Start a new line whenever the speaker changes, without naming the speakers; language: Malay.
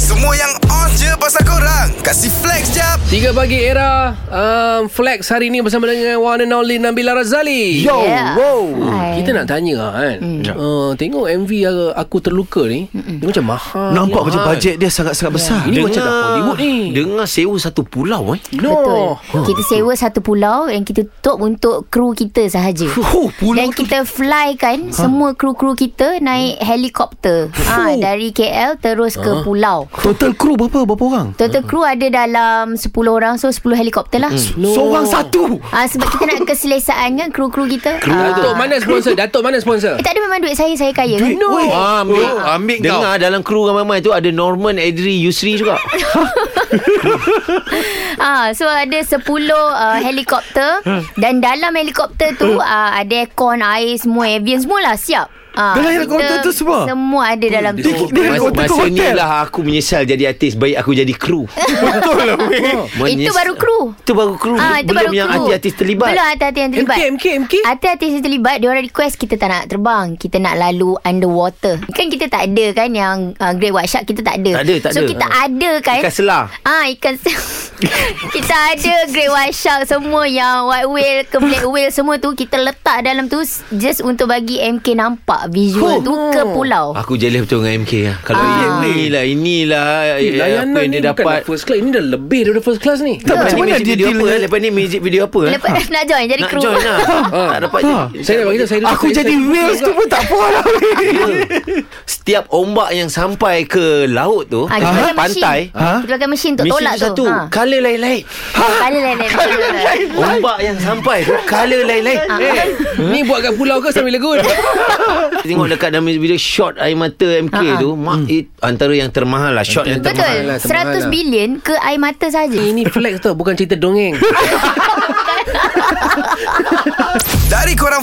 Semua yang on je pasal korang Kasih flex jap
3 pagi era um, Flex hari ni bersama dengan One and only Nabila Razali
Yo, Ya.
Yeah.
wow.
Hai. Hmm.
Kita nak tanya lah kan mm. uh, Tengok MV uh, Aku Terluka ni mm Dia macam mahal
Nampak
mahal.
macam bajet dia sangat-sangat besar.
Ini macam dah Hollywood ni.
Dengar sewa satu pulau eh.
No
Betul. Kita sewa satu pulau yang kita tutup untuk kru kita sahaja.
Huh, pulau
Dan
tu.
kita fly kan ha? semua kru-kru kita naik helikopter. Ha, dari KL terus ke pulau.
Total kru berapa? Berapa orang?
Total kru ada dalam 10 orang so 10 helikopter lah.
No.
Seorang satu.
Ah sebab kita nak keselesaan kan kru-kru kita. Kru
Datuk mana sponsor Datuk mana sponsor
Tak ada memang duit saya saya kaya kan.
No. Weh,
Ah, ambil, oh,
ambil kau.
Dengar dalam kru ramai-ramai tu ada Norman, Edri, Yusri juga.
Ah so ada 10 uh, helikopter
Hmm.
dan dalam helikopter tu uh, ada aircon, air semua, avian semualah siap. Ah,
Dalam
kita-
helikopter tu semua?
Semua
Hmm,
ada dalam tu.
Dia, dia
Mas,
hotel ke
masa ni
hotel.
lah aku menyesal jadi artis. Baik aku jadi kru. Oh.
Betul lah weh.
Itu baru kru.
Itu baru kru.
Ah, itu
Belum
baru
yang
kru.
artis-artis terlibat.
Belum hati-hati yang terlibat.
MK MK MK
Hati-hati yang terlibat Diorang request Kita tak nak terbang Kita nak lalu underwater Kan kita tak ada kan Yang uh, Great White Shark Kita tak ada
Tak ada, tak
So
ada.
kita
Ah.
ada kan
Ikan selah.
Ah ikan se- kita ada great white shark semua yang white whale ke black whale semua tu kita letak dalam tu s- just untuk bagi MK nampak visual tu ke pulau.
Aku jealous betul dengan MK lah. Kalau
Ah.
inilah, inilah
Eh,
eh, apa
layanan ni
yang dia
bukan
dapat.
dah first class Ini dah lebih daripada first class ni
Tak, macam mana dia
video
deal
apa? eh?
dengan-
Lepas ni music video apa? eh?
Lepas nak join jadi
Nak
kru.
join lah.
Ah.
Tak dapat.
Ah.
jadi-
Saya nak bagi tahu saya
Aku
saya-
jadi
saya-
whales tu pun tak puas lah weh.
Setiap ombak yang sampai ke laut tu,
Ah, kita pakai mesin.
pantai,
Ha?
Kita pakai mesin untuk
Mesin
tolak
tu
tu.
satu
Ha.
Color lain-lain
Kala lain-lain.
Ombak yang sampai tu Color lain-lain
Ah.
eh.
Ni buat kat pulau ke Sambil legut
Tengok dekat dalam video Shot air mata MK
Ha, ha.
tu Mak it, Antara yang termahal lah Shot yang termahal
Betul.
Termahal lah, termahal
100
lah.
bilion ke air mata saja.
Ini flex tau Bukan cerita dongeng
Dari korang